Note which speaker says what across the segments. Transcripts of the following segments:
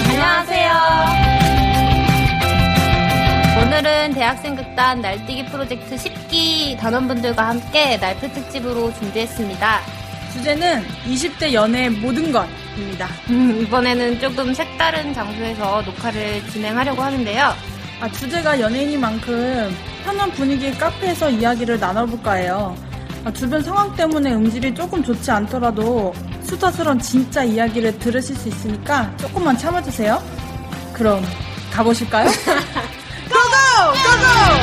Speaker 1: 안녕하세요. 오늘은 대학생 극단 날뛰기 프로젝트 10기 단원분들과 함께 날프 특집으로 준비했습니다.
Speaker 2: 주제는 20대 연애의 모든 것입니다.
Speaker 1: 음, 이번에는 조금 색다른 장소에서 녹화를 진행하려고 하는데요.
Speaker 2: 아, 주제가 연예인이만큼 편한 분위기의 카페에서 이야기를 나눠볼까 해요. 아, 주변 상황 때문에 음질이 조금 좋지 않더라도 수다스런 진짜 이야기를 들으실 수 있으니까 조금만 참아주세요. 그럼 가보실까요? 고고!
Speaker 3: 아,
Speaker 2: 고고!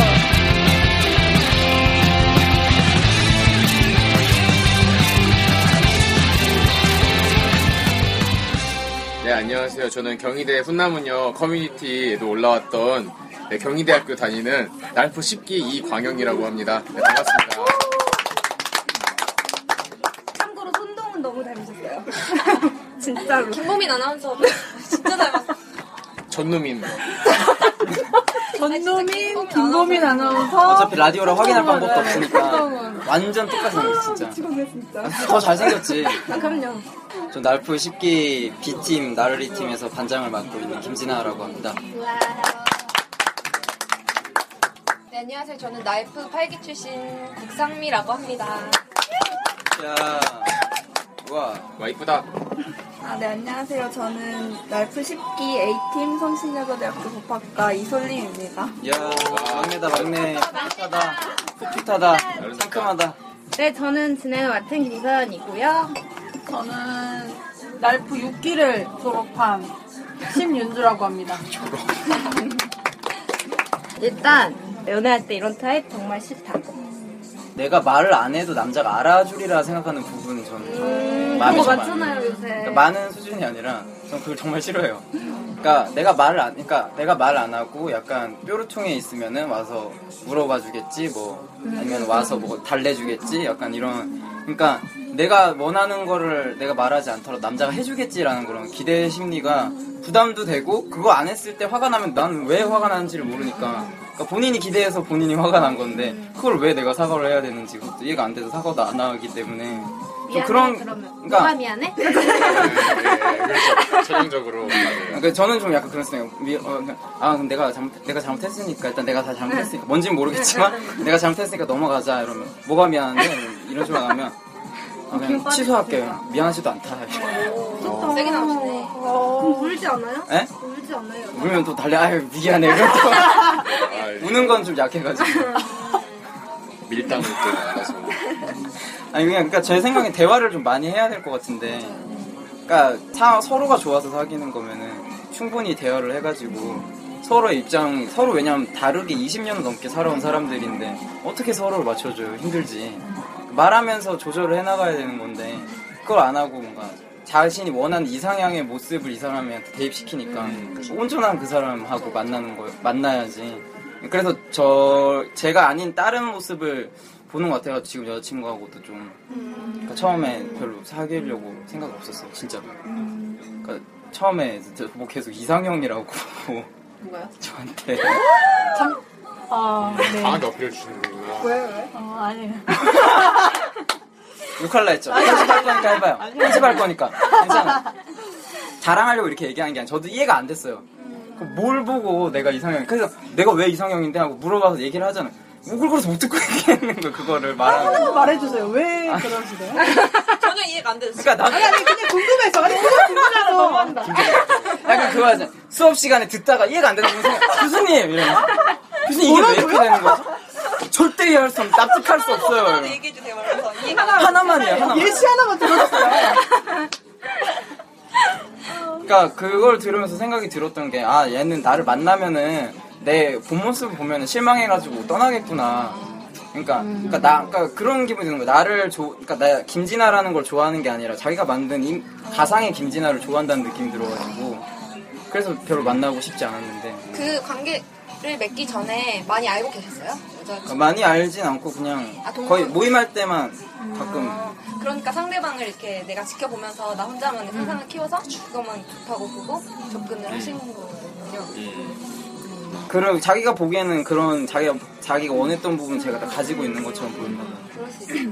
Speaker 4: 네, 안녕하세요. 저는 경희대 훈남은요, 커뮤니티에도 올라왔던 네, 경희대학교 다니는 날포 10기 이광영이라고 합니다. 네, 반갑습니다.
Speaker 5: 참고로 손동은 너무 닮으셨어요. 진짜로. 김보민 아나운서 진짜 닮았어.
Speaker 4: 전놈인.
Speaker 2: 전노민, 김보민 아나운서.
Speaker 3: 어차피 라디오라 확인할 방법도
Speaker 2: 네,
Speaker 3: 없으니까 완전 똑같이 생겼어 진짜 아,
Speaker 5: 미치겠네 진짜.
Speaker 3: 더 잘생겼지
Speaker 5: 아, 그럼요.
Speaker 3: 저 날프 10기 B팀 나르리 팀에서 반장을 맡고 있는 김진아라고 합니다
Speaker 5: 네, 안녕하세요. 저는 나이프 8기 출신 국상미라고 합니다.
Speaker 3: 야 우와
Speaker 4: 와, 이쁘다.
Speaker 5: 아, 네, 안녕하세요. 저는 날프 10기 A팀 성신여자대학교 법학과 이솔림입니다.
Speaker 3: 야 막내다 막내 풋풋하다 풋풋하다 상큼하다
Speaker 1: 네, 저는 진행을 맡은 김서연이고요.
Speaker 2: 저는 날프 6기를 졸업한 심윤주라고 합니다.
Speaker 1: 일단 연애할 때 이런 타입 정말 싫다.
Speaker 3: 내가 말을 안 해도 남자가 알아주리라 생각하는 부분은 저는 좀 마음이 좀 많아요.
Speaker 5: 요새.
Speaker 3: 그러니까 많은 수준이 아니라 전 그걸 정말 싫어해요. 그러니까 내가 말을 안, 그러니까 내가 말 안 하고 약간 뾰루퉁에 있으면은 와서 물어봐 주겠지, 뭐 아니면 와서 뭐 달래주겠지, 약간 이런. 그러니까 내가 원하는 거를 내가 말하지 않더라도 남자가 해주겠지라는 그런 기대 심리가 부담도 되고 그거 안 했을 때 화가 나면 난 왜 화가 나는지를 모르니까 그러니까 본인이 기대해서 본인이 화가 난 건데 그걸 왜 내가 사과를 해야 되는지 그것도 이해가 안 돼서 사과도 안 하기 때문에 좀 그런 그러니까
Speaker 1: 미안해?
Speaker 4: 네, 그렇죠. 전형적으로. 맞아요.
Speaker 3: 그러니까 저는 좀 약간 그런 스타일이에요. 미- 어, 그냥, 아, 그럼 내가 잘못, 내가 잘못했으니까, 일단 내가 다 잘못했으니까, 뭔지는
Speaker 5: 네,
Speaker 3: 모르겠지만, 내가 잘못했으니까 넘어가자, 이러면, 뭐가 미안한데? 이러면 이런 식으로 하면, 아, 그냥 취소할게요. 미안하지도 않다.
Speaker 5: 어, 세게 나오시네. 그럼 울지 않아요?
Speaker 3: 에?
Speaker 5: 울지 않아요?
Speaker 3: 울면 또 달래, 아유, 미안해. 이러면
Speaker 4: 아,
Speaker 3: 또 우는 건 좀 약해가지고.
Speaker 5: 네.
Speaker 4: 밀당을 또 알아서.
Speaker 6: 네.
Speaker 3: 아니, 그냥, 그러니까 제 생각에 대화를 좀 많이 해야 될 것 같은데, 그러니까 사- 서로가 좋아서 사귀는 거면은, 충분히 대화를 해가지고, 서로의 입장, 서로 왜냐면 다르게 20년 넘게 살아온 사람들인데 어떻게 서로를 맞춰줘요? 힘들지. 말하면서 조절을 해나가야 되는 건데 그걸 안 하고 뭔가 자신이 원하는 이상향의 모습을 이 사람한테 대입시키니까 온전한 그 사람하고 만나는 거 만나야지. 그래서 저 제가 아닌 다른 모습을 보는 것 같아요. 지금 여자친구하고도 좀 그러니까 처음에 별로 사귀려고 생각 없었어요. 진짜로. 그러니까 처음에 진짜 뭐 계속 이상형이라고
Speaker 1: 누가요?
Speaker 3: 저한테
Speaker 2: 아, 네.
Speaker 4: 강하게 어필해 주시는구나.
Speaker 2: 어, 아니에요.
Speaker 3: 욕할라 했죠. 편집할 거니까 해봐요. 편집할 거니까. 괜찮아. 자랑하려고 이렇게 얘기하는 게 아니라 저도 이해가 안 됐어요. 그뭘 보고 내가 이상형, 그래서 내가 왜 이상형인데 하고 물어봐서 얘기를 하잖아요.
Speaker 7: 아,
Speaker 3: 오글거려서 못 듣고 얘기하는 거, 그거를 말하는 거.
Speaker 2: 말해주세요. 왜 그러시대요?
Speaker 5: 전혀
Speaker 7: 이해가 안 돼서.
Speaker 3: 그러니까 나-
Speaker 7: 아니, 아니, 그냥 궁금해서. 아니, 그거 궁금해서. 너무한다.
Speaker 3: 약간 그거 하잖아. 수업 시간에 듣다가 이해가 안 되는 무슨 교수님 이러면서 교수님 이게 왜 이렇게 되는 거죠? 절대 이해할 수 없는 납득할 수 없어요. 이러면서.
Speaker 7: 얘기해주세요. 그래서 이해가 안 돼.
Speaker 3: 하나만이에요. 하나만.
Speaker 7: 예시 네, 하나만 들어주세요.
Speaker 3: 그러니까 그걸 들으면서 생각이 들었던 게 아 얘는 나를 만나면은 내 본 모습을 보면은 실망해가지고 떠나겠구나. 그러니까 그러니까 나 그러니까 그런 기분이 드는 거야. 나를 좋 그러니까 나 김진아라는 걸 좋아하는 게 아니라 자기가 만든 임- 가상의 김진아를 좋아한다는 느낌이 들어가지고 그래서 별로 만나고 싶지 않았는데
Speaker 6: 그 관계를 맺기 전에 많이 알고 계셨어요? 여자
Speaker 3: 그러니까 많이 알진 않고 그냥
Speaker 6: 아, 동물?
Speaker 3: 거의 모임할 때만 가끔
Speaker 7: 음.
Speaker 6: 그러니까 상대방을 이렇게 내가 지켜보면서 나 혼자만의 상상을 키워서 그것만 좋다고 보고 접근을 하시는 거군요.
Speaker 3: 그런 자기가 보기에는 그런 자기가 자기가 원했던 부분 제가 다 가지고 있는 것처럼 보인다.
Speaker 6: 그럴 수 있어요.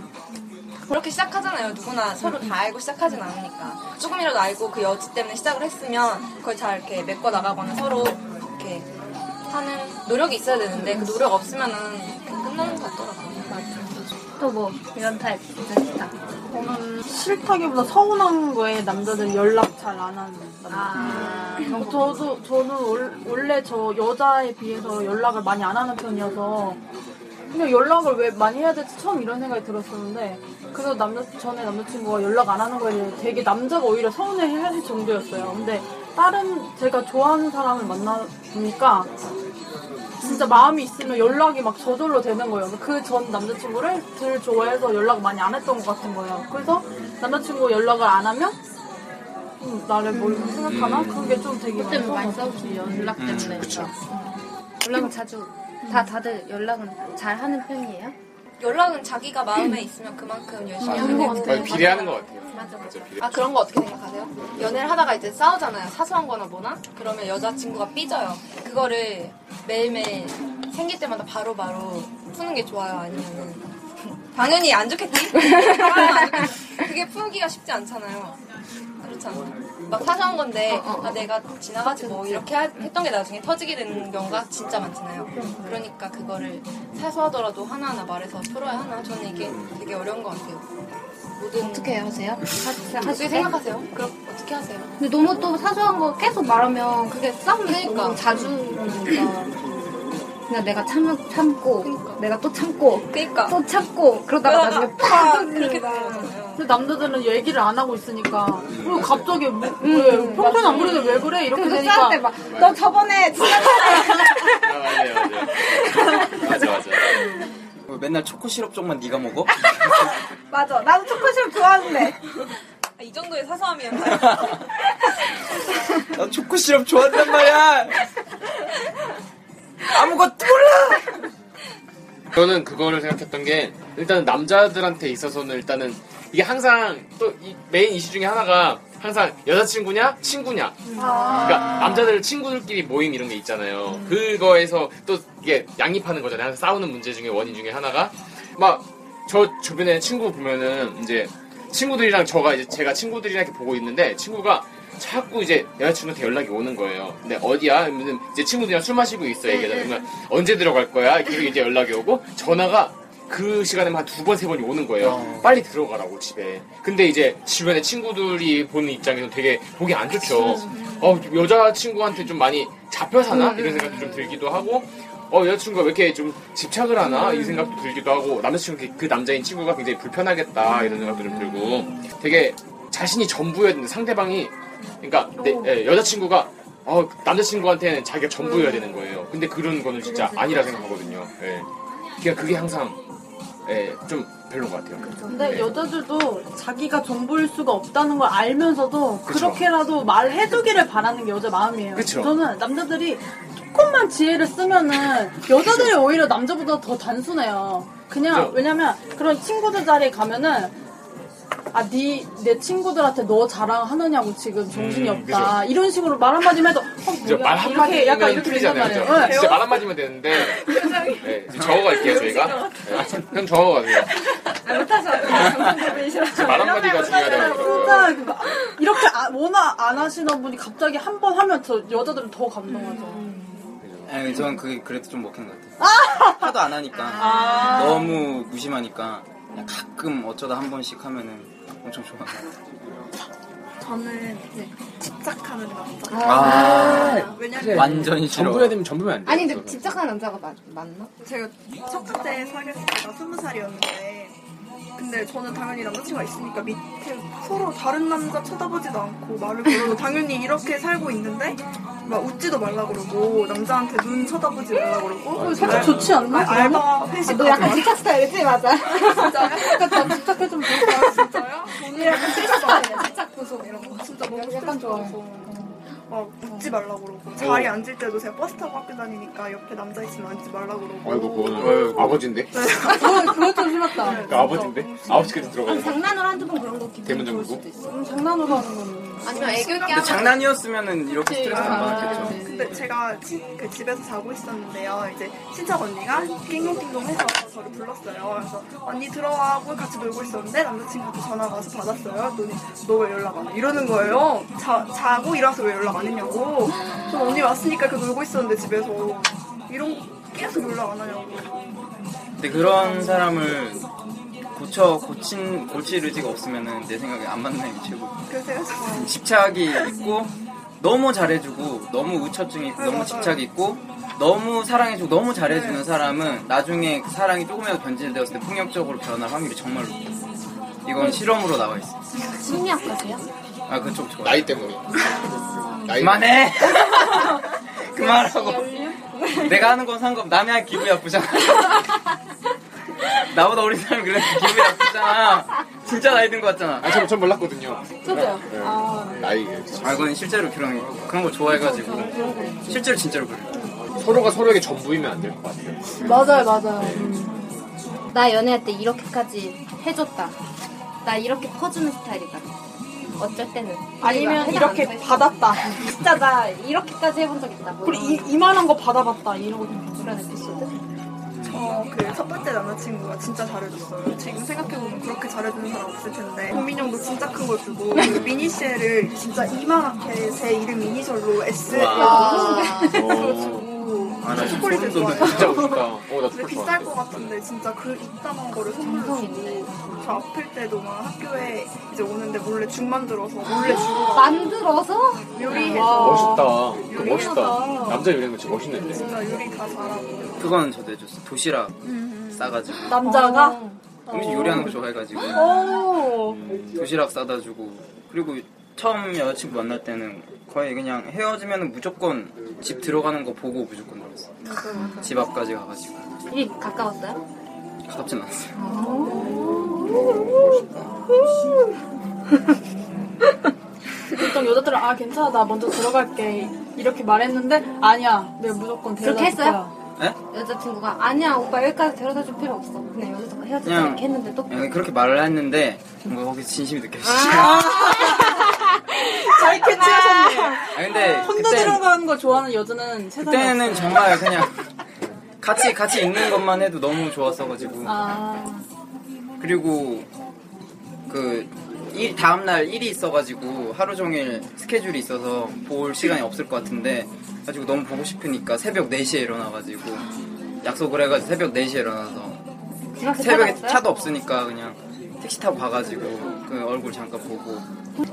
Speaker 6: 그렇게 시작하잖아요. 누구나 서로 다 알고 시작하진 않으니까. 조금이라도 알고 그 여지 때문에 시작을 했으면 그걸 잘 이렇게 메꿔나가거나 서로 이렇게 하는 노력이 있어야 되는데 그 노력 없으면은 그냥 끝나는 것 같더라고요.
Speaker 1: 또 뭐 이런 타입 진짜 싫다.
Speaker 7: 저는 싫다기보다 서운한 거에 남자들 연락 잘 안 하는 남자. 어, 저도 저는 월- 원래 저 여자에 비해서 연락을 많이 안 하는 편이어서 근데 연락을 왜 많이 해야 될지 처음 이런 생각이 들었었는데 그래서 남자 전에 남자친구가 연락 안 하는 거에 대해 되게 남자가 오히려 서운해할 정도였어요. 근데 다른 제가 좋아하는 사람을 만나니까 진짜 마음이 있으면 연락이 막 저절로 되는 거예요. 그 전 남자친구를 덜 좋아해서 연락 많이 안 했던 것 같은 거예요. 그래서 남자친구 연락을 안 하면 음, 나를 뭘 생각하나? 그런 게 좀 되게
Speaker 1: 그때 많이 싸우지
Speaker 7: 서운하더라고요.
Speaker 1: 연락 때문에. 연락은 자주 다 다들 연락은 잘 하는 편이에요?
Speaker 6: 연락은 자기가 마음에 있으면 그만큼 열심히
Speaker 4: 맞아요.
Speaker 6: 하는 것 같아요.
Speaker 4: 거의 비례하는 것 같아요.
Speaker 6: 맞아, 맞아.
Speaker 4: 비례.
Speaker 6: 아, 그런 거 어떻게 생각하세요? 연애를 하다가 이제 싸우잖아요. 사소한 거나 뭐나? 그러면 여자친구가 삐져요. 그거를 매일매일 생길 때마다 바로바로 푸는 게 좋아요? 아니면 당연히 안 좋겠지? 그게 풀기가 쉽지 않잖아요. 그렇지 않아요? 막 사소한 건데, 아, 내가 지나가지 뭐 이렇게 하- 했던 게 나중에 터지게 되는 경우가 진짜 많잖아요. 그러니까 그거를 사소하더라도 하나하나 말해서 풀어야 하나? 저는 이게 되게 어려운 것 같아요. 모든
Speaker 1: 어떻게 하세요? 하- 하실
Speaker 6: 어떻게
Speaker 1: 때?
Speaker 6: 생각하세요? 그럼 어떻게 하세요?
Speaker 1: 근데 너무 또 사소한 거 계속 말하면 그게 싸움이
Speaker 6: 그러니까.
Speaker 1: 너무 자주 오니까 그냥 내가 참, 참고 내가 또 참고
Speaker 6: 그러니까
Speaker 1: 또 참고 그러다가
Speaker 7: 그러다가
Speaker 1: 나중에 팍
Speaker 6: 그렇게
Speaker 7: 근데 남자들은 얘기를 안 하고 있으니까 그리고 갑자기 뭐, 왜 평소에 안 그래도 왜 그래 이렇게
Speaker 1: 음. 그래서
Speaker 7: 되니까
Speaker 1: 싸울 때막너 저번에
Speaker 4: 아, 맞아요, 맞아요. 맞아, 맞아.
Speaker 3: 뭐 맨날 초코 시럽 쪽만 네가 먹어?
Speaker 7: 맞아 나도 초코칩 좋아하는데
Speaker 6: 아, 이 정도의 사소함이면 다
Speaker 3: 나 초코 시럽 좋아한단 말이야. 아무것도 몰라.
Speaker 4: 저는 그거를 생각했던 게 일단은 남자들한테 있어서는 일단은 이게 항상 또 이 메인 이슈 중에 하나가 항상 여자친구냐 친구냐 그러니까 남자들 친구들끼리 모임 이런 게 있잖아요. 그거에서 또 이게 양립하는 거잖아요. 항상 싸우는 문제 중에 원인 중에 하나가 막 저 주변에 친구 보면은 이제 친구들이랑 저가 이제 제가 친구들이랑 이렇게 보고 있는데 친구가 자꾸 이제 여자친구한테 연락이 오는 거예요. 근데 어디야? 그러면 이제 친구들이랑 술 마시고 있어 얘기하잖아요. 그러면 언제 들어갈 거야? 이렇게 이제 연락이 오고 전화가 그 시간에만 한 두 번, 세 번이 오는 거예요. 빨리 들어가라고, 집에. 근데 이제 주변에 친구들이 보는 입장에서 되게 보기 안 좋죠. 어, 좀 여자친구한테 좀 많이 잡혀 사나? 이런 생각도 좀 들기도 하고, 어, 여자친구가 왜 이렇게 좀 집착을 하나? 이 생각도 들기도 하고, 남자친구, 그 남자인 친구가 굉장히 불편하겠다. 이런 생각도 좀 들고, 되게 자신이 전부였는데 상대방이, 그러니까 내- 예, 여자친구가 어, 남자친구한테는 자기가 전부여야 되는 거예요. 근데 음. 그런 거는 진짜 아니라 생각하거든요. 예. 그러니까 그게 항상 예, 좀 별론 것 같아요.
Speaker 7: 근데
Speaker 4: 예.
Speaker 7: 여자들도 자기가 전부일 수가 없다는 걸 알면서도
Speaker 4: 그쵸.
Speaker 7: 그렇게라도 말해주기를 바라는 게 여자 마음이에요.
Speaker 4: 그쵸.
Speaker 7: 저는 남자들이 조금만 지혜를 쓰면은 여자들이 오히려 남자보다 더 단순해요. 그냥
Speaker 4: 그죠.
Speaker 7: 왜냐면 그런 친구들 자리에 가면은 아네내 친구들한테 너 자랑하느냐고 지금 정신이
Speaker 4: 음,
Speaker 7: 없다 이런 식으로 말 한마디만 해도 어,
Speaker 4: 진짜
Speaker 7: 뭐야?
Speaker 4: 말
Speaker 7: 이렇게 약간
Speaker 4: 한마디면
Speaker 7: 이렇게 된단
Speaker 4: 틀리잖아요.
Speaker 7: 말이에요.
Speaker 4: 그죠?
Speaker 7: 네.
Speaker 4: 진짜 말 한마디면 되는데 네, 이제 적어갈게요 저희가. 네, 형 적어가세요. 진짜 말 한마디가 중요하다고.
Speaker 7: 진짜 그거 이렇게 아- 워낙 안 하시던 분이 갑자기 한 번 하면 저 여자들은 더 감동하죠.
Speaker 3: 아니, 저는 그게 그래도 좀 먹힌 것 같아요. 하도 안 하니까
Speaker 7: 아.
Speaker 3: 너무 무심하니까 그냥 가끔 어쩌다 한 번씩 하면은 엄청 좋아하는 것 같아요.
Speaker 5: 저는 이제 집착하는 남자.
Speaker 3: 아,
Speaker 5: 왜냐면
Speaker 3: 완전히 싫어.
Speaker 4: 전부 해야 되면 전부면 안 돼.
Speaker 1: 아니 근데 집착하는 남자가 맞, 맞나?
Speaker 5: 제가 첫 번째 사귀었을 때가 스무 살이었는데 근데 저는 당연히 남자친구가 있으니까 밑에 서로 다른 남자 쳐다보지도 않고 말을 걸어도 당연히 이렇게 살고 있는데 막 웃지도 말라 그러고 남자한테 눈 쳐다보지 말라 그러고
Speaker 7: 살짝
Speaker 5: 알-
Speaker 7: 좋지 않나?
Speaker 5: 알- 알바 회식
Speaker 7: 너 약간
Speaker 5: 아, 집착 스타일이지 맞아 진짜요? 나 집착해 좀 좋다 진짜요? 돈이 약간 쓸수 없어요 집착 구속 이런 거 진짜 너무 약간 좋아해 막 웃지 아, 말라 그러고 자리 에 앉을 때도 제가 버스 타고 학교 다니니까 옆에 남자 있으면 앉지 말라 그러고
Speaker 4: 아이고 그거는 아버지인데.
Speaker 5: 그건 그건 좀 심했다
Speaker 4: 그러니까 아버지인데. 아버지께서 들어가요.
Speaker 1: 장난으로 한두 번 그런 거 기분
Speaker 4: 대문 잠그고.
Speaker 7: 장난으로 하는 거는
Speaker 1: 아니면 애교 있게
Speaker 3: 근데
Speaker 1: 하면
Speaker 3: 장난이었으면은 이렇게 스트레스 안 받았겠죠.
Speaker 5: 근데 제가 친- 그 집에서 자고 있었는데요. 이제 친척 언니가 낑동낑동 해서 저를 불렀어요. 그래서 언니 들어와 하고 같이 놀고 있었는데 남자친구한테 전화가 와서 받았어요. 그랬더니 너 왜 연락 안 해? 이러는 거예요. 자, 자고 일어나서 왜 연락 안 했냐고. 저 언니 왔으니까 그 놀고 있었는데 집에서 이런 거 계속 연락 안 하냐고.
Speaker 3: 근데 그런 사람을 고쳐 고친 고칠 의지가 없으면은 내 생각에 안 맞는 게 최고.
Speaker 5: 그래서
Speaker 3: 집착이 있고 너무 잘해주고 너무 우처증이 있고
Speaker 5: 네,
Speaker 3: 너무
Speaker 5: 맞아요.
Speaker 3: 집착이 있고 너무 사랑해주고 너무 잘해주는 사람은 나중에 그 사랑이 조금이라도 변질되었을 때 폭력적으로 변할 확률이 정말 높아요. 이건 실험으로 나와 있어.
Speaker 1: 심리학과세요?
Speaker 3: 아 그쪽 좋아.
Speaker 4: 나이 때문에. 나이
Speaker 3: 그만해. 그만하고. 내가 하는 건 상관. 남이 할 기분이 아프잖아. 나보다 어린 사람이 그래도 기분이 아프잖아. 진짜 나이 든 거 같잖아.
Speaker 4: 아, 전, 전 몰랐거든요.
Speaker 7: 저도요.
Speaker 4: 네.
Speaker 7: 아.
Speaker 4: 나이.
Speaker 3: 아, 그건 실제로 그런 그런 걸 좋아해가지고 실제로 진짜로 그래.
Speaker 4: 서로가 서로에게 전부이면 안 될 것 같아요.
Speaker 7: 맞아요, 맞아요.
Speaker 6: 나 연애할 때 이렇게까지 해줬다. 나 이렇게 퍼주는 스타일이다. 어쩔 때는.
Speaker 7: 아니면 이렇게
Speaker 6: 받았다. 진짜 나 이렇게까지 해본 적 있다. 뭐
Speaker 7: 그리고 이,
Speaker 6: 이런
Speaker 7: 이만한 거 받아봤다 이런 거 그런 에피소드?
Speaker 5: 저그첫 번째 남자친구가 진짜 잘해줬어요. 지금 생각해보면 그렇게 잘해주는 사람 없을 텐데 고민 형도 진짜 큰 걸 주고 그 미니쉘을 진짜 이만하게 제 이름 이니셜로 S
Speaker 4: 와.
Speaker 3: 아,
Speaker 5: 나 지금 소름 돋네.
Speaker 4: 진짜 웃다. 어, 나
Speaker 5: 근데
Speaker 4: 초콜릿
Speaker 5: 비쌀
Speaker 4: 좋아하는데.
Speaker 5: 것 같은데 진짜 그 이따만 거를 선물해주고 저 아플 때도 막 학교에 이제 오는데 몰래 죽 만들어서 몰래 주고 가고
Speaker 6: 만들어서
Speaker 5: 요리해서
Speaker 4: 멋있다. 그거 멋있다. 남자 요리하는 거 진짜 멋있는데.
Speaker 5: 진짜 요리 다 잘하고
Speaker 3: 그건 저도 해줬어. 도시락 싸가지고.
Speaker 7: 남자가?
Speaker 6: 어.
Speaker 3: 음식
Speaker 7: 어.
Speaker 3: 요리하는 거 좋아해가지고
Speaker 7: 오.
Speaker 3: 도시락 싸다 주고 그리고 처음 여자친구 만날 때는 거의 그냥 헤어지면 무조건 집 들어가는 거 보고 무조건 나왔어.
Speaker 7: 음.
Speaker 3: 집 앞까지 가가지고
Speaker 6: 일 가까웠어요?
Speaker 3: 가깝진 않았어요.
Speaker 7: 보통 여자들은 아 괜찮아 나 먼저 들어갈게 이렇게 말했는데 아니야 내가 무조건 데려다
Speaker 6: 그렇게
Speaker 7: 줄 거야.
Speaker 6: 했어요?
Speaker 3: 네?
Speaker 6: 여자친구가 아니야 오빠 여기까지 데려다 줄 필요 없어. 그냥 여기서 헤어지자
Speaker 3: 그냥-
Speaker 6: 이렇게 했는데 또
Speaker 3: 그냥 그렇게 말을 했는데 뭔가 거기 진심이 느껴지지.
Speaker 7: 아. 잘 캐치하셨네. 네.
Speaker 3: 아 근데
Speaker 7: 혼자
Speaker 3: 그때
Speaker 7: 들어가는 거 좋아하는 여자는 세상에
Speaker 3: 그때는
Speaker 7: 없어요.
Speaker 3: 정말 그냥 같이 같이 있는 것만 해도 너무 좋았어가지고
Speaker 7: 아
Speaker 3: 그리고 그 일- 다음날 일이 있어가지고 하루 종일 스케줄이 있어서 볼 시간이 없을 것 같은데 가지고 너무 보고 싶으니까 새벽 4시에 일어나가지고 약속을 해가지고 새벽 4시에 일어나서
Speaker 6: 지각해
Speaker 3: 새벽에
Speaker 6: 찾아왔어요?
Speaker 3: 차도 없으니까 그냥 택시 타고 가가지고 그 얼굴 잠깐 보고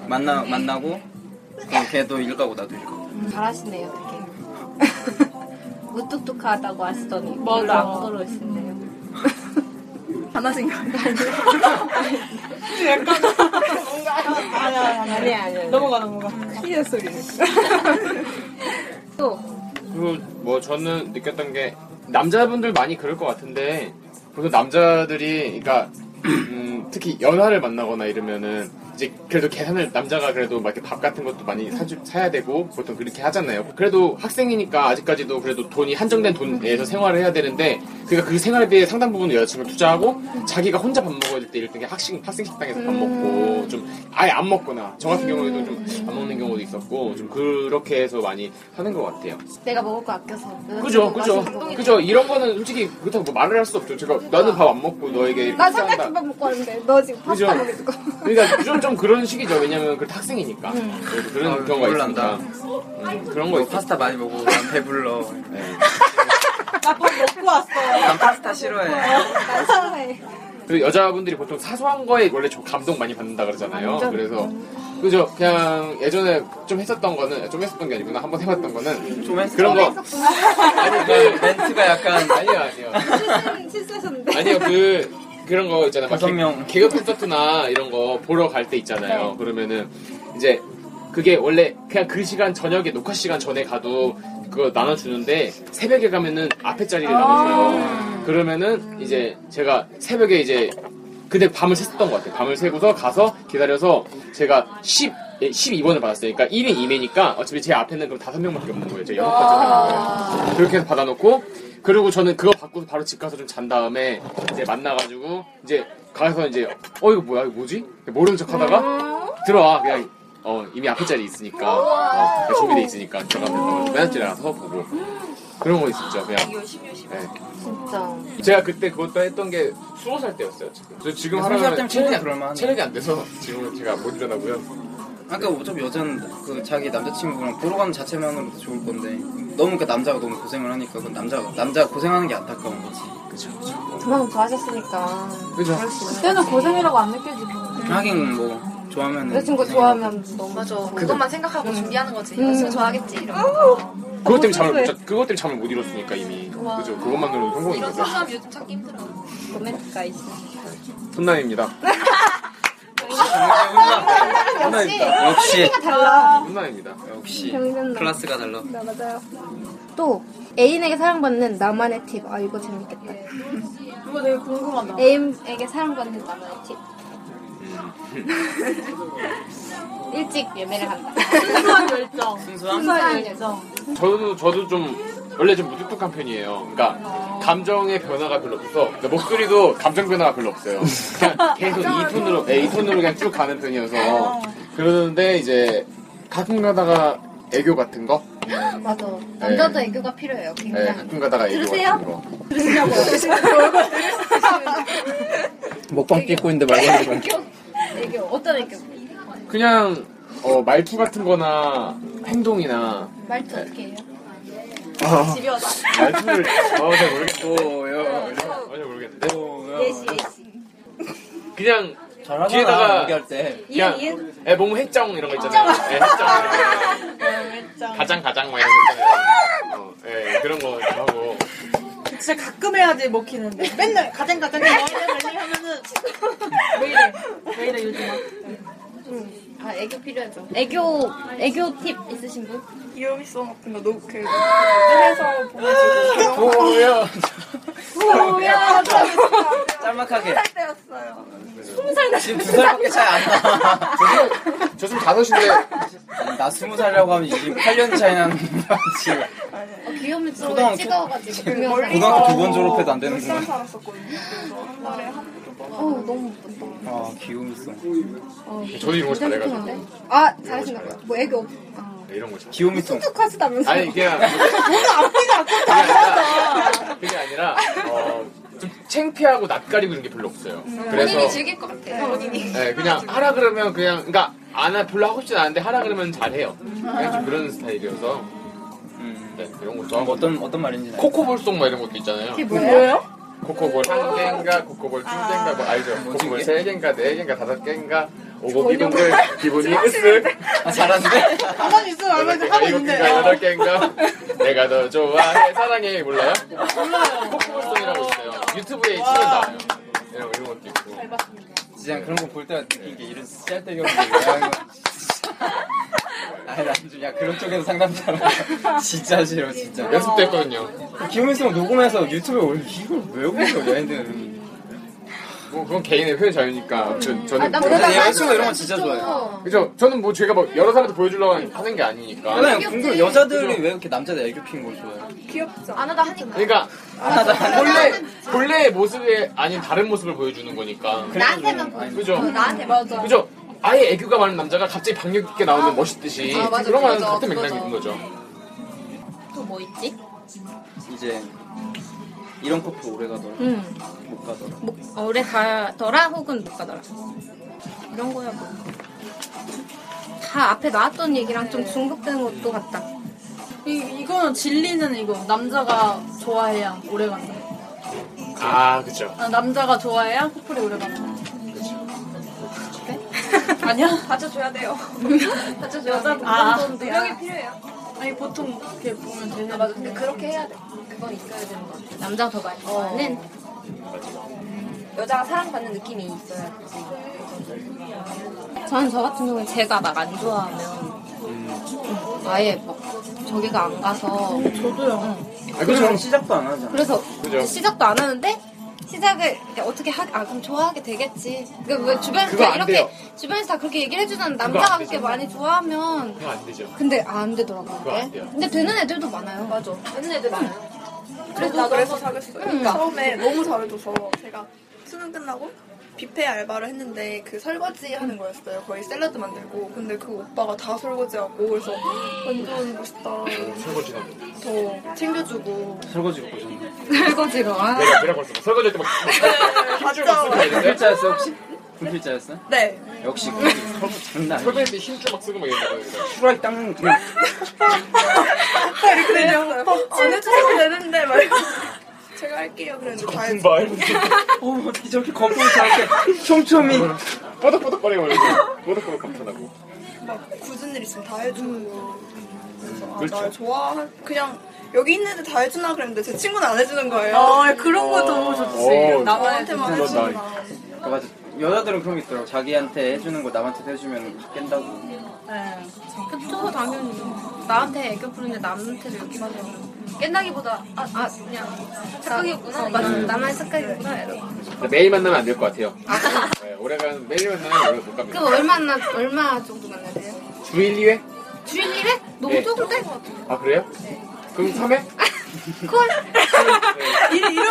Speaker 3: 만나 만나고 그럼 걔도 일 가고 나도 일 가고
Speaker 6: 잘하시네요 되게. 무뚝뚝하다고 하시더니
Speaker 7: 맞아.
Speaker 6: 별로 안 걸어오시네요.
Speaker 5: 안 하신 거
Speaker 7: 아니야 아니야
Speaker 6: 아니 아니.
Speaker 7: 넘어가 넘어가 이 소리
Speaker 6: 또
Speaker 4: 그리고 뭐 저는 느꼈던 게 남자분들 많이 그럴 것 같은데 보통 남자들이 그러니까 음, 특히 연하를 만나거나 이러면은 이제 그래도 계산을 남자가 그래도 막 이렇게 밥 같은 것도 많이 사 사야 되고 보통 그렇게 하잖아요. 그래도 학생이니까 아직까지도 그래도 돈이 한정된 돈에서 생활을 해야 되는데 그러니까 그 생활에 비해 상당 부분 여자친구를 투자하고 자기가 혼자 밥 먹어야 될 때 이럴 때 학식 학생 식당에서 밥 먹고 좀 아예 안 먹거나 저 같은 경우에도 좀 안 먹는 경우도 있었고 좀 그렇게 해서 많이 하는 것 같아요.
Speaker 6: 내가 먹을 거 아껴서.
Speaker 4: 그죠, 그죠, 그죠. 이런 거는 솔직히 그렇다고 뭐 말을 할 수 없죠. 제가 나는 밥 안 먹고 너에게 이렇게
Speaker 6: 나
Speaker 4: 한다.
Speaker 6: 삼각김밥 먹고 왔는데 너 지금 파스타
Speaker 4: 그죠.
Speaker 6: 먹여줄 거.
Speaker 4: 그러니까 좀, 좀 그런 식이죠. 왜냐면 그 학생이니까
Speaker 6: 음.
Speaker 4: 그래도 그런
Speaker 3: 아유,
Speaker 4: 경우가
Speaker 3: 눈물
Speaker 4: 있습니다. 그런 거
Speaker 3: 너
Speaker 4: 있어.
Speaker 3: 뭐 파스타 많이 먹어 난 배불러
Speaker 7: 나 밥 먹고 왔어
Speaker 3: 난 파스타 네. 싫어해
Speaker 7: 난
Speaker 6: 사랑해
Speaker 4: 그리고 여자분들이 보통 사소한 거에 원래 저 감동 많이 받는다 그러잖아요.
Speaker 8: 완전.
Speaker 4: 그래서 그죠 그냥 예전에 좀 했었던 거는 좀 했었던 게 아니구나 한번 해봤던 거는
Speaker 3: 좀 했-
Speaker 4: 그런 거
Speaker 3: 좀 아니 그 멘트가 약간
Speaker 4: 아니요 아니요
Speaker 6: 실수하셨는데.
Speaker 4: 아니요 그 그런 거 있잖아요. 막
Speaker 3: 다섯
Speaker 4: 개-
Speaker 3: 명.
Speaker 4: 개그 콘서트나 이런 거 보러 갈 때
Speaker 6: 네.
Speaker 4: 있잖아요. 그러면은 이제 그게 원래 그냥 그 시간 저녁에 녹화 시간 전에 가도 그거 나눠주는데 새벽에 가면은 앞에 자리를
Speaker 6: 아.
Speaker 4: 나눠줘요. 그러면은 이제 제가 새벽에 이제 근데 밤을 샜던 것 같아요. 밤을 새고서 가서 기다려서 제가 10 예, 12번을 받았어요. 그러니까 1인 2매니까 어차피 제 앞에는 그럼 다섯 명밖에 없는 거예요. 제 영업 과장이
Speaker 6: 아.
Speaker 4: 거예요. 그렇게 해서 받아놓고 그리고 저는 그거 받고 바로 집 가서 좀 잔 다음에 이제 만나가지고 이제 가서 이제 어 이거 뭐야 이거 뭐지 모르는 척하다가 들어와 그냥 어 이미 앞에 자리 있으니까 어, 그냥 준비돼 있으니까 들어가면 된다고 맨 앞자리 가서 보고 그런 거 있었죠 그냥 네.
Speaker 1: 진짜.
Speaker 4: 제가 그때 그것도 했던 게 스무 살 때였어요 지금 저 지금
Speaker 3: 스무 살
Speaker 4: 하라면
Speaker 3: 때면 충분히
Speaker 4: 체력이, 안-
Speaker 3: 그럴만하네.
Speaker 4: 체력이 안 돼서 지금 제가 못 일어나고요
Speaker 3: 아까 어차피 여자는 그 자기 남자친구랑 보러 가는 자체만으로도 좋을 건데 너무 그 남자가 너무 고생을 하니까 그 남자 남자 고생하는 게 안타까운 거지. 그렇죠.
Speaker 1: 그만큼 좋아하셨으니까.
Speaker 3: 그죠.
Speaker 1: 그럴 수 있는
Speaker 7: 그때는 고생이라고 안 느껴지고.
Speaker 3: 하긴 뭐 좋아하면
Speaker 1: 여자친구 좋아하면 너무
Speaker 6: 맞아.
Speaker 3: 근데-
Speaker 6: 그것만 생각하고 준비하는 거지.
Speaker 1: 음.
Speaker 6: 이거 좋아하겠지. 이런 거.
Speaker 4: 그것 때문에 잠을 못 잤, 그것 때문에 잠을 못 이뤘으니까 이미
Speaker 6: 우와.
Speaker 4: 그죠 그것만으로도 성공인
Speaker 6: 이런
Speaker 4: 거죠
Speaker 6: 사람 요즘 찾기 힘들어. 로맨틱 가이즈.
Speaker 4: 손남입니다
Speaker 3: 역시.
Speaker 6: 아,
Speaker 1: 역시. 달라.
Speaker 4: 손남입니다
Speaker 3: 역시
Speaker 1: 경쟁
Speaker 3: 클래스가 달라.
Speaker 6: 네.
Speaker 1: 나 맞아요. 또 애인에게 사랑받는 나만의 팁. 아 이거 재밌겠다.
Speaker 7: 이거 되게 궁금하다.
Speaker 1: 애인에게 사랑받는 나만의 팁. 일찍 예매를 한다.
Speaker 7: 순수한 열정.
Speaker 3: 순수한?
Speaker 7: 순수한 열정.
Speaker 4: 저도 저도 좀 원래 좀 무뚝뚝한 편이에요. 그러니까 감정의 변화가 별로 없어. 그러니까 목소리도 감정 변화가 별로 없어요. 그냥 계속 이 톤으로, 예, 이 톤으로 그냥 쭉 가는
Speaker 6: 아.
Speaker 4: 편이어서 그러는데 이제 가끔 가다가 애교 같은 거,
Speaker 6: 맞아.
Speaker 4: 네.
Speaker 6: 남자도 애교가 필요해요.
Speaker 4: 예,
Speaker 6: 굉장히.
Speaker 4: 가끔 가다가 애교
Speaker 6: 네. 들으세요?
Speaker 4: 같은 거.
Speaker 3: 먹방 찍고 있는데 말고
Speaker 6: 애교 어떤 애교?
Speaker 4: 그냥 어, 말투 같은거나 행동이나
Speaker 6: 말투 어떻게 해요?
Speaker 4: 아,
Speaker 6: 집요하다.
Speaker 4: 말투를 어, 잘 모르겠고
Speaker 3: 요
Speaker 4: 잘 모르겠는데
Speaker 6: 예시 예시.
Speaker 4: 그냥
Speaker 3: 잘하잖아,
Speaker 4: 뒤에다가
Speaker 3: 얘기할 때.
Speaker 4: 그냥
Speaker 6: 이해,
Speaker 4: 예, 몸 핵정 이런 거 있잖아요. 예, 핵정.
Speaker 6: 아,
Speaker 4: 가장 가장 막 이런 거 있잖아요. 어, 예, 그런 거 하고.
Speaker 9: 진짜 가끔 해야지 먹히는데 맨날 가장 가장 해야 되는 하면은
Speaker 6: 왜 이래? 왜 이래 요즘? 아 애교 필요하죠. 애교 애교 팁 있으신 분?
Speaker 5: 이유미송 같은 거 노크 해서 보내주고
Speaker 4: 뭐야?
Speaker 5: 뭐야?
Speaker 3: 짤막하게.
Speaker 5: 살 때였어요.
Speaker 6: 스무 살
Speaker 3: 지금 두 살밖에 차이 안 나.
Speaker 4: 저 지금 다섯인데
Speaker 3: 나 스무 살이라고 하면 28년 차이 나는 지금.
Speaker 6: 어, 귀여우면 좀
Speaker 3: 초등학교-
Speaker 6: 찍어가지고
Speaker 3: 멀리 고등학교 두번 졸업해도 안 되는구나.
Speaker 5: 울산 살았었거든요. 그래서 한 달에 한두 번.
Speaker 6: 어 너무 예쁜데.
Speaker 3: 아 귀여움 있어.
Speaker 6: 어,
Speaker 4: 저도 이런 거 잘해가지고. 네,
Speaker 6: 아 잘하신가 봐요. 뭐 애교 없-
Speaker 4: 이런 거죠.
Speaker 3: 귀요미 송.
Speaker 6: 하시다면서.
Speaker 4: 아니 그냥 그게 아니라 어, 좀 창피하고 낯가리고 이런 게 별로 없어요. 그래서
Speaker 6: 음. 본인이 즐길 것
Speaker 1: 네.
Speaker 6: 같아. 본인이.
Speaker 4: 예, 그냥 하라 그러면 그냥 그러니까 안 하- 별로 하고 싶진 않은데 하라 그러면 잘해요. 그냥 좀 그런 스타일이어서 음, 네, 이런 거 좋아하고
Speaker 3: 어떤 어떤 말인지.
Speaker 4: 코코볼송 막 이런 것도 있잖아요.
Speaker 6: 그게 뭐예요?
Speaker 4: 코코볼 한 개인가, 코코볼 두 개인가, 뭐 알죠? 코코볼 세 개인가, 네 개인가, 다섯 개인가, 오곡이 동글, 기분이 으쓱.
Speaker 3: 아, 잘하는데?
Speaker 9: 가만 있어 얼마 전에 하고
Speaker 4: 일곱
Speaker 9: 있는데
Speaker 4: 개인가, 여덟 개인가, 내가 더 좋아해, 사랑해, 몰라요?
Speaker 9: 몰라요.
Speaker 4: 코코볼송이라고 있어요. 유튜브에 치면 나와요. 네, 이런 이런 것도 있고.
Speaker 3: 진짜 그런 거 볼 때마다 느낀 게 이런 쓸데없는 거야. 아니 난좀 야 그런 쪽에서 상담처럼 진짜 싫어 진짜
Speaker 4: 연습도 했거든요.
Speaker 3: 기호민 씨 녹음해서 유튜브에 올리 이걸 왜 올려 얘네들은
Speaker 4: 뭐 그건 개인의 표현 자유니까. 저, 저는
Speaker 3: 아, 나 그러다가 근데 여자친구 이런 거 진짜 좋아해요.
Speaker 4: 그죠? 저는 뭐 제가 막 여러 사람한테 보여주려고 하는 게 아니니까.
Speaker 3: 그냥 궁금 여자들이 왜 이렇게 남자들 애교 피는 걸 좋아해
Speaker 5: 귀엽죠.
Speaker 6: 안 하다 하니까.
Speaker 4: 그러니까
Speaker 3: 아, 나- 나-
Speaker 4: 본래 본래의 모습이 아닌 다른 모습을 보여주는 거니까.
Speaker 6: 나한테만 보여.
Speaker 4: 그죠?
Speaker 6: 나한테 맞아.
Speaker 4: 그죠? 아예 애교가 많은 남자가 갑자기 박력 있게 나오면 멋있듯이
Speaker 6: 아, 맞아,
Speaker 4: 그런 거는
Speaker 6: 맞아,
Speaker 4: 같은
Speaker 6: 그거죠.
Speaker 4: 맥락인 거죠.
Speaker 6: 또뭐 있지?
Speaker 3: 이제 이런 커플 오래 가더라
Speaker 1: 음.
Speaker 3: 못 가더라
Speaker 1: 오래 가더라 혹은 못 가더라. 이런 거야 뭐. 다 앞에 나왔던 얘기랑 좀 중복되는 것도 같다.
Speaker 7: 이, 이거는 진리는 이거. 남자가 좋아해야 오래 간다.
Speaker 4: 아, 그쵸.
Speaker 7: 아, 남자가 좋아해야 커플이 오래 가는 거. 아니야?
Speaker 6: 받쳐줘야 네? 돼요. 받쳐줘야
Speaker 7: 여자
Speaker 6: 돼요.
Speaker 7: 아.
Speaker 6: 노력이 필요해요.
Speaker 7: 아니 보통 이렇게 보면 되는
Speaker 6: 맞아. 근데 그렇게 해야 돼. 그건 있어야 되는 거 같아. 남자가 더 많이 좋아하는 여자가 사랑받는 느낌이 있어야 돼. 저는 저 같은 경우에 제가 막 안 좋아하면 음, 아예 막 저기가 안 가서
Speaker 7: 저도요.
Speaker 3: 아, 그럼 시작도 안 하잖아.
Speaker 6: 그래서
Speaker 3: 그죠.
Speaker 6: 시작도 안 하는데 시작을 어떻게 하, 아 그럼 좋아하게 되겠지. 그러니까 왜 주변에서
Speaker 4: 그거
Speaker 6: 다
Speaker 4: 안
Speaker 6: 이렇게
Speaker 4: 돼요.
Speaker 6: 주변에서 다 그렇게 얘기를 해주잖아.
Speaker 4: 그거 안
Speaker 6: 남자가
Speaker 4: 되죠.
Speaker 6: 그렇게 많이 좋아하면
Speaker 4: 그거 안 되죠.
Speaker 6: 근데 안 되더라고요.
Speaker 4: 그거 안 돼요.
Speaker 6: 근데 되는 애들도 많아요. 맞아. 되는 애들 많아요. 나도
Speaker 5: 그래서 나도 그래서
Speaker 6: 한번
Speaker 5: 사귀었어요.
Speaker 6: 그러니까.
Speaker 5: 처음에 너무 잘해줘서 제가 수능 끝나고 뷔페 알바를 했는데 그 설거지 하는 거였어요. 거의 샐러드 만들고. 근데 그 오빠가 다 설거지하고 그래서 완전 멋있다.
Speaker 4: 설거지 나
Speaker 5: 더 챙겨주고.
Speaker 3: 설거지 보셨네.
Speaker 6: 설거지로.
Speaker 4: 내가 내가 벌써 설거지 할때막
Speaker 3: 불필자였어 혹시? 불필자였어?
Speaker 5: 네.
Speaker 3: 역시 그 장난 아니야.
Speaker 4: 설거지 때힘줄막 쓰고 막 이러는 거
Speaker 3: 후라이 닦는 그
Speaker 5: 아, 이렇게 되냐고요. 네. 어, 안 해주셔도 되는데 말고. 제가 할게요. 그랬는데 다 했죠.
Speaker 4: 말.
Speaker 3: 어머 어떻게 저렇게 거품이 저렇게 촘촘히
Speaker 4: 뽀득뽀득거리고 이러고 뽀득뽀득 감탄하고
Speaker 5: 막 굳은 일 있으면 다 해주고 그래서 아,
Speaker 4: 그렇죠.
Speaker 5: 날 좋아 그냥 여기 있는 애들 다 해주나 그랬는데 제 친구는 안 해주는 거예요.
Speaker 7: 아, 그런 거 너무
Speaker 3: 좋지. 어,
Speaker 5: 남한테만
Speaker 3: 진짜 나-
Speaker 5: 해주나.
Speaker 3: 아, 맞아. 여자들은 그런 게 있더라고. 자기한테 해주는 거 남한테 해주면 깬다고.
Speaker 6: 네. 그쵸 당연히 나한테 애교 부르는데 남한테를 이렇게 맞아. 깬다기보다 아, 아 그냥 착각이었구나. 어, 맞아.
Speaker 4: 음.
Speaker 6: 나만 착각이구나. 이러고.
Speaker 4: 근데 매일 만나면 안 될 것 같아요 네, 올해는 매일 만나면 오래 못 갑니다
Speaker 6: 그럼 얼마나 얼마 정도 만나야 돼요?
Speaker 4: 주 1, 2회?
Speaker 6: 주일 일에 너무
Speaker 4: 네.
Speaker 6: 조금 짧은
Speaker 4: 아 그래요? 그럼 3회?
Speaker 6: 콜.
Speaker 7: 이런 이런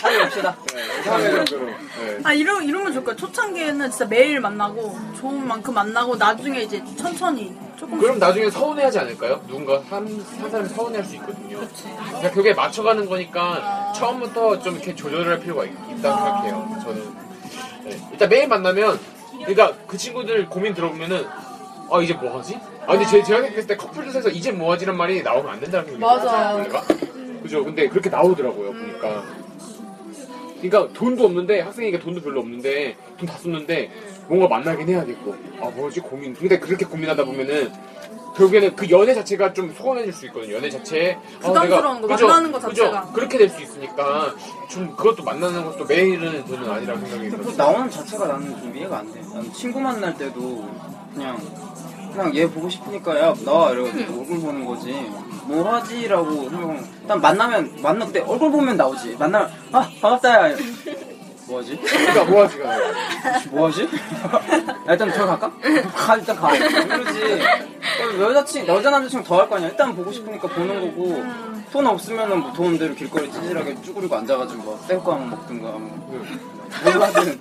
Speaker 3: 사이 없시다
Speaker 4: 3회 정도로 네.
Speaker 7: 아 이런 이러면 좋을 거야. 초창기에는 진짜 매일 만나고 좋은 만큼 만나고 나중에 이제 천천히 조금.
Speaker 4: 그럼 나중에 서운해하지 않을까요? 누군가 한, 한 사람이 서운해할 수 있거든요. 그러니까 그게 맞춰가는 거니까 처음부터 좀 이렇게 조절을 할 필요가 있, 있다고 생각해요. 저는 네. 일단 매일 만나면 그러니까 그 친구들 고민 들어보면은 아 이제 뭐 하지? 아 근데 제 제가 생각했을 때 커플들 사이에서 이제 뭐 하지란 말이 나오면 안 된다는 게
Speaker 7: 맞아요.
Speaker 4: 그죠? 근데 그렇게 나오더라고요. 보니까. 그러니까 돈도 없는데 학생이니까 돈도 별로 없는데 돈 다 썼는데 뭔가 만나긴 해야 되고 아 뭐지 고민 근데 그렇게 고민하다 보면은 결국에는 그 연애 자체가 좀 소원해질 수 있거든요 연애 자체에 아,
Speaker 7: 부담스러운 거, 만나는 거 자체가.
Speaker 4: 그렇게 될 수 있으니까 좀 그것도 만나는 것도 매일은 저는 아니라고 생각이
Speaker 3: 그
Speaker 4: 들어요
Speaker 3: 나오는 자체가 나는 좀 이해가 안 돼. 난 친구 만날 때도 그냥 그냥 얘 보고 싶으니까 야 나와 이러고 얼굴 보는 거지. 뭐 하지라고 생각하면 일단 만나면 만날 때 얼굴 보면 나오지. 만나면 아 반갑다 야. 뭐하지?
Speaker 4: 그러니까 뭐하지?
Speaker 3: 뭐하지? 야, 일단 들어갈까? 가 일단 가. 그러지. 여자친 여자 남자친구 더 할 거 아니야. 일단 보고 싶으니까 보는 거고 돈 없으면은 뭐 돈대로 길거리 찌질하게 쭈그리고 앉아가지고 뭐 떼고 한번 먹든가
Speaker 4: 네.
Speaker 3: 뭐 뭐하든.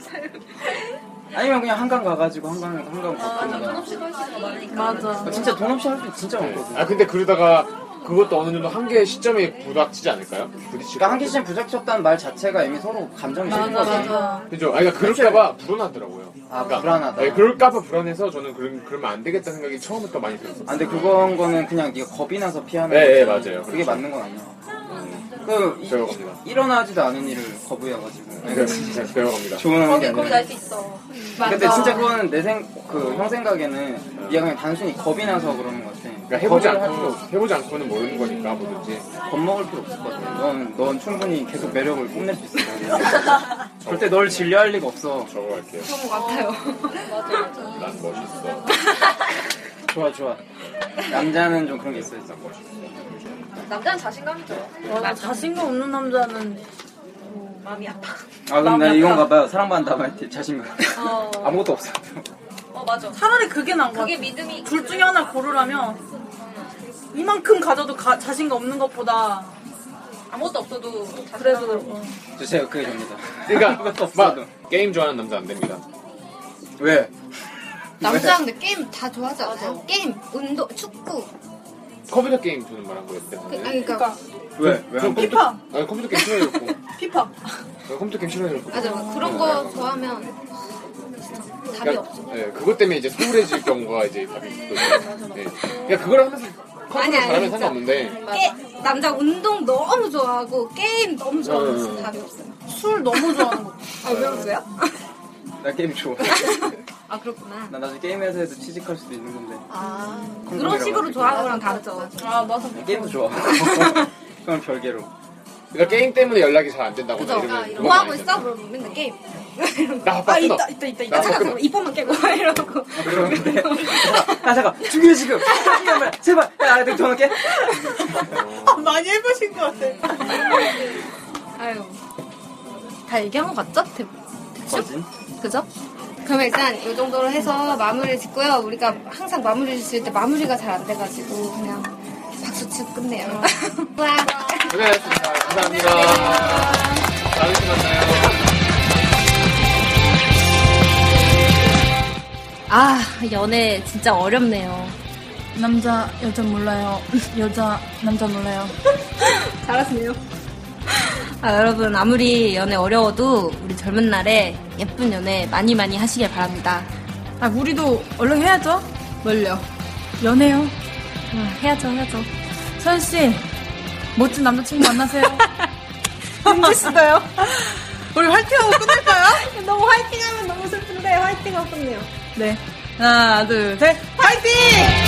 Speaker 3: 아니면 그냥 한강 가가지고 한강 한강 걷든가.
Speaker 7: 맞아.
Speaker 3: 진짜 돈 없이 할 수 진짜 많거든.
Speaker 4: 아 근데 그러다가 그것도 어느 정도 한계의 시점에 부닥치지 않을까요? 부딪히고
Speaker 3: 그러니까 한 개씩 부작쳤다는 말 자체가 이미 서로 감정이
Speaker 4: 맞아,
Speaker 3: 섞인 거지.
Speaker 4: 맞아. 그죠? 아, 그러니까 그럴까봐 불안하더라고요.
Speaker 3: 아, 불안하다.
Speaker 4: 네, 그럴까봐 불안해서 저는 그럼, 그러면 안 되겠다 생각이 처음부터 많이 들었어요.
Speaker 3: 아, 근데 그건 거는 그냥 네가 겁이 나서 피하는
Speaker 4: 네,
Speaker 3: 거지.
Speaker 4: 네, 맞아요.
Speaker 3: 그게
Speaker 4: 그렇죠.
Speaker 3: 맞는 건 아니야. 그 이-
Speaker 4: 배워갑니다.
Speaker 3: 일어나지도 않은 일을 거부해가지고.
Speaker 4: 네, 진짜 배워갑니다.
Speaker 3: 조언하는 게 아니라.
Speaker 6: 수 있어.
Speaker 3: 근데 진짜 그거는 내생그형 생각에는 얘가 그냥 단순히 겁이 나서 그러는 것 같아.
Speaker 4: 네. 그러니까 해보지
Speaker 3: 겁을 할 필요
Speaker 4: 않고,
Speaker 3: 없어.
Speaker 4: 해보지 않고는 모르는 거니까, 뭐든지.
Speaker 3: 겁먹을 필요 없을 것 같아. 넌, 넌 충분히 계속 매력을 뽐낼 수 있어. 절대 널 진려할 리가 없어.
Speaker 4: 저거 할게요.
Speaker 6: 그런 것 같아요.
Speaker 4: 난 멋있어.
Speaker 3: 좋아, 좋아. 남자는 좀 그런 게 있어, 있어.
Speaker 6: 남자는 자신감이 들어.
Speaker 7: 맞아. 자신감 없는 남자는
Speaker 6: 어, 마음이 아파.
Speaker 3: 아, 그럼 나 이건가 봐요. 사랑받는다 말때 자신감.
Speaker 6: 어,
Speaker 3: 아무것도 없어.
Speaker 6: 어 맞아.
Speaker 7: 차라리 그게 나은 것
Speaker 6: 그게
Speaker 7: 같아.
Speaker 6: 믿음이
Speaker 7: 둘 중에 하나 고르라면 이만큼 가져도 가- 자신감 없는 것보다
Speaker 6: 아무것도 없어도
Speaker 7: 그래도 어.
Speaker 3: 저 제가 그게 됩니다.
Speaker 4: 그러니까, 막, 게임 좋아하는 남자 안 됩니다.
Speaker 3: 왜?
Speaker 6: 남자 근데 게임 다 좋아하지 않아요? 게임, 운동, 축구.
Speaker 4: 컴퓨터 게임 주는 말한 거였기
Speaker 6: 그,
Speaker 4: 때문에.
Speaker 6: 아니, 그러니까
Speaker 3: 왜? 왜?
Speaker 4: 저 컴퓨터,
Speaker 7: 피파.
Speaker 4: 아니, 컴퓨터 게임 싫어해줬고.
Speaker 7: 피파.
Speaker 4: 저 컴퓨터 게임 싫어해줬고.
Speaker 6: 맞아 그런 거 좋아하면 답이
Speaker 4: 그러니까,
Speaker 6: 없어.
Speaker 4: 예, 그것 때문에 이제 소홀해질 경우가 이제 답이 있거든요. 예. 그러니까 그걸 하면서 컨트롤
Speaker 6: 아니, 아니,
Speaker 4: 잘하면 상관없는데
Speaker 6: 깨- 남자 운동 너무 좋아하고 게임 너무 좋아하고
Speaker 4: 음.
Speaker 6: 진짜 답이 없어요. 술 너무 좋아하는 거. 아, 왜 웃어요?
Speaker 3: 나 게임 좋아.
Speaker 6: 아, 그렇구나.
Speaker 3: 나 나중에 게임에서 해도 취직할 수도 있는 건데.
Speaker 6: 아,
Speaker 3: 그런
Speaker 6: 그런 식으로 좋아하는 거랑 다르죠. 아, 맞아.
Speaker 3: 게임도 좋아. 그럼 별개로.
Speaker 4: 그러니까 게임 때문에 연락이 잘 안 된다고
Speaker 6: 그죠? 아,
Speaker 4: 이러면
Speaker 6: 이런 뭐 하고 있어? 그러면 맨날 게임.
Speaker 4: 나 바쁘다.
Speaker 6: 있다, 있다,
Speaker 4: 나 바쁘다.
Speaker 6: 잠깐, 잠깐, 이폰만 깨고 막 이러고.
Speaker 3: 아 잠깐 중요해 지금. 잠깐만 제발. 야, 아, 내가 전화 깨.
Speaker 10: 많이 해보신 것 같아.
Speaker 6: 아유. 다 얘기한 것 같죠? 대-
Speaker 3: 뭐지?
Speaker 6: 그죠? 그러면 일단 이 정도로 해서 마무리 짓고요. 우리가 항상 마무리 짓을 때 마무리가 잘 안 돼가지고 그냥 박수 치고 끝내요.
Speaker 4: 네, 고생하셨습니다. 감사합니다. 다음에 또 만나요.
Speaker 6: 아, 연애 진짜 어렵네요.
Speaker 7: 남자 여자 몰라요. 여자 남자 몰라요.
Speaker 6: 잘하시네요. 아, 여러분 아무리 연애 어려워도 우리 젊은 날에 예쁜 연애 많이 많이 하시길 바랍니다.
Speaker 7: 아 우리도 얼른 해야죠.
Speaker 6: 뭘요?
Speaker 7: 연애요. 아,
Speaker 6: 해야죠 해야죠.
Speaker 7: 서현 씨 멋진 남자친구 만나세요. 힘드시나요? 우리 화이팅하고 끝낼까요?
Speaker 6: 너무 화이팅하면 너무 슬픈데 화이팅하고 끝내요.
Speaker 7: 네. 하나 둘 셋. 화이팅!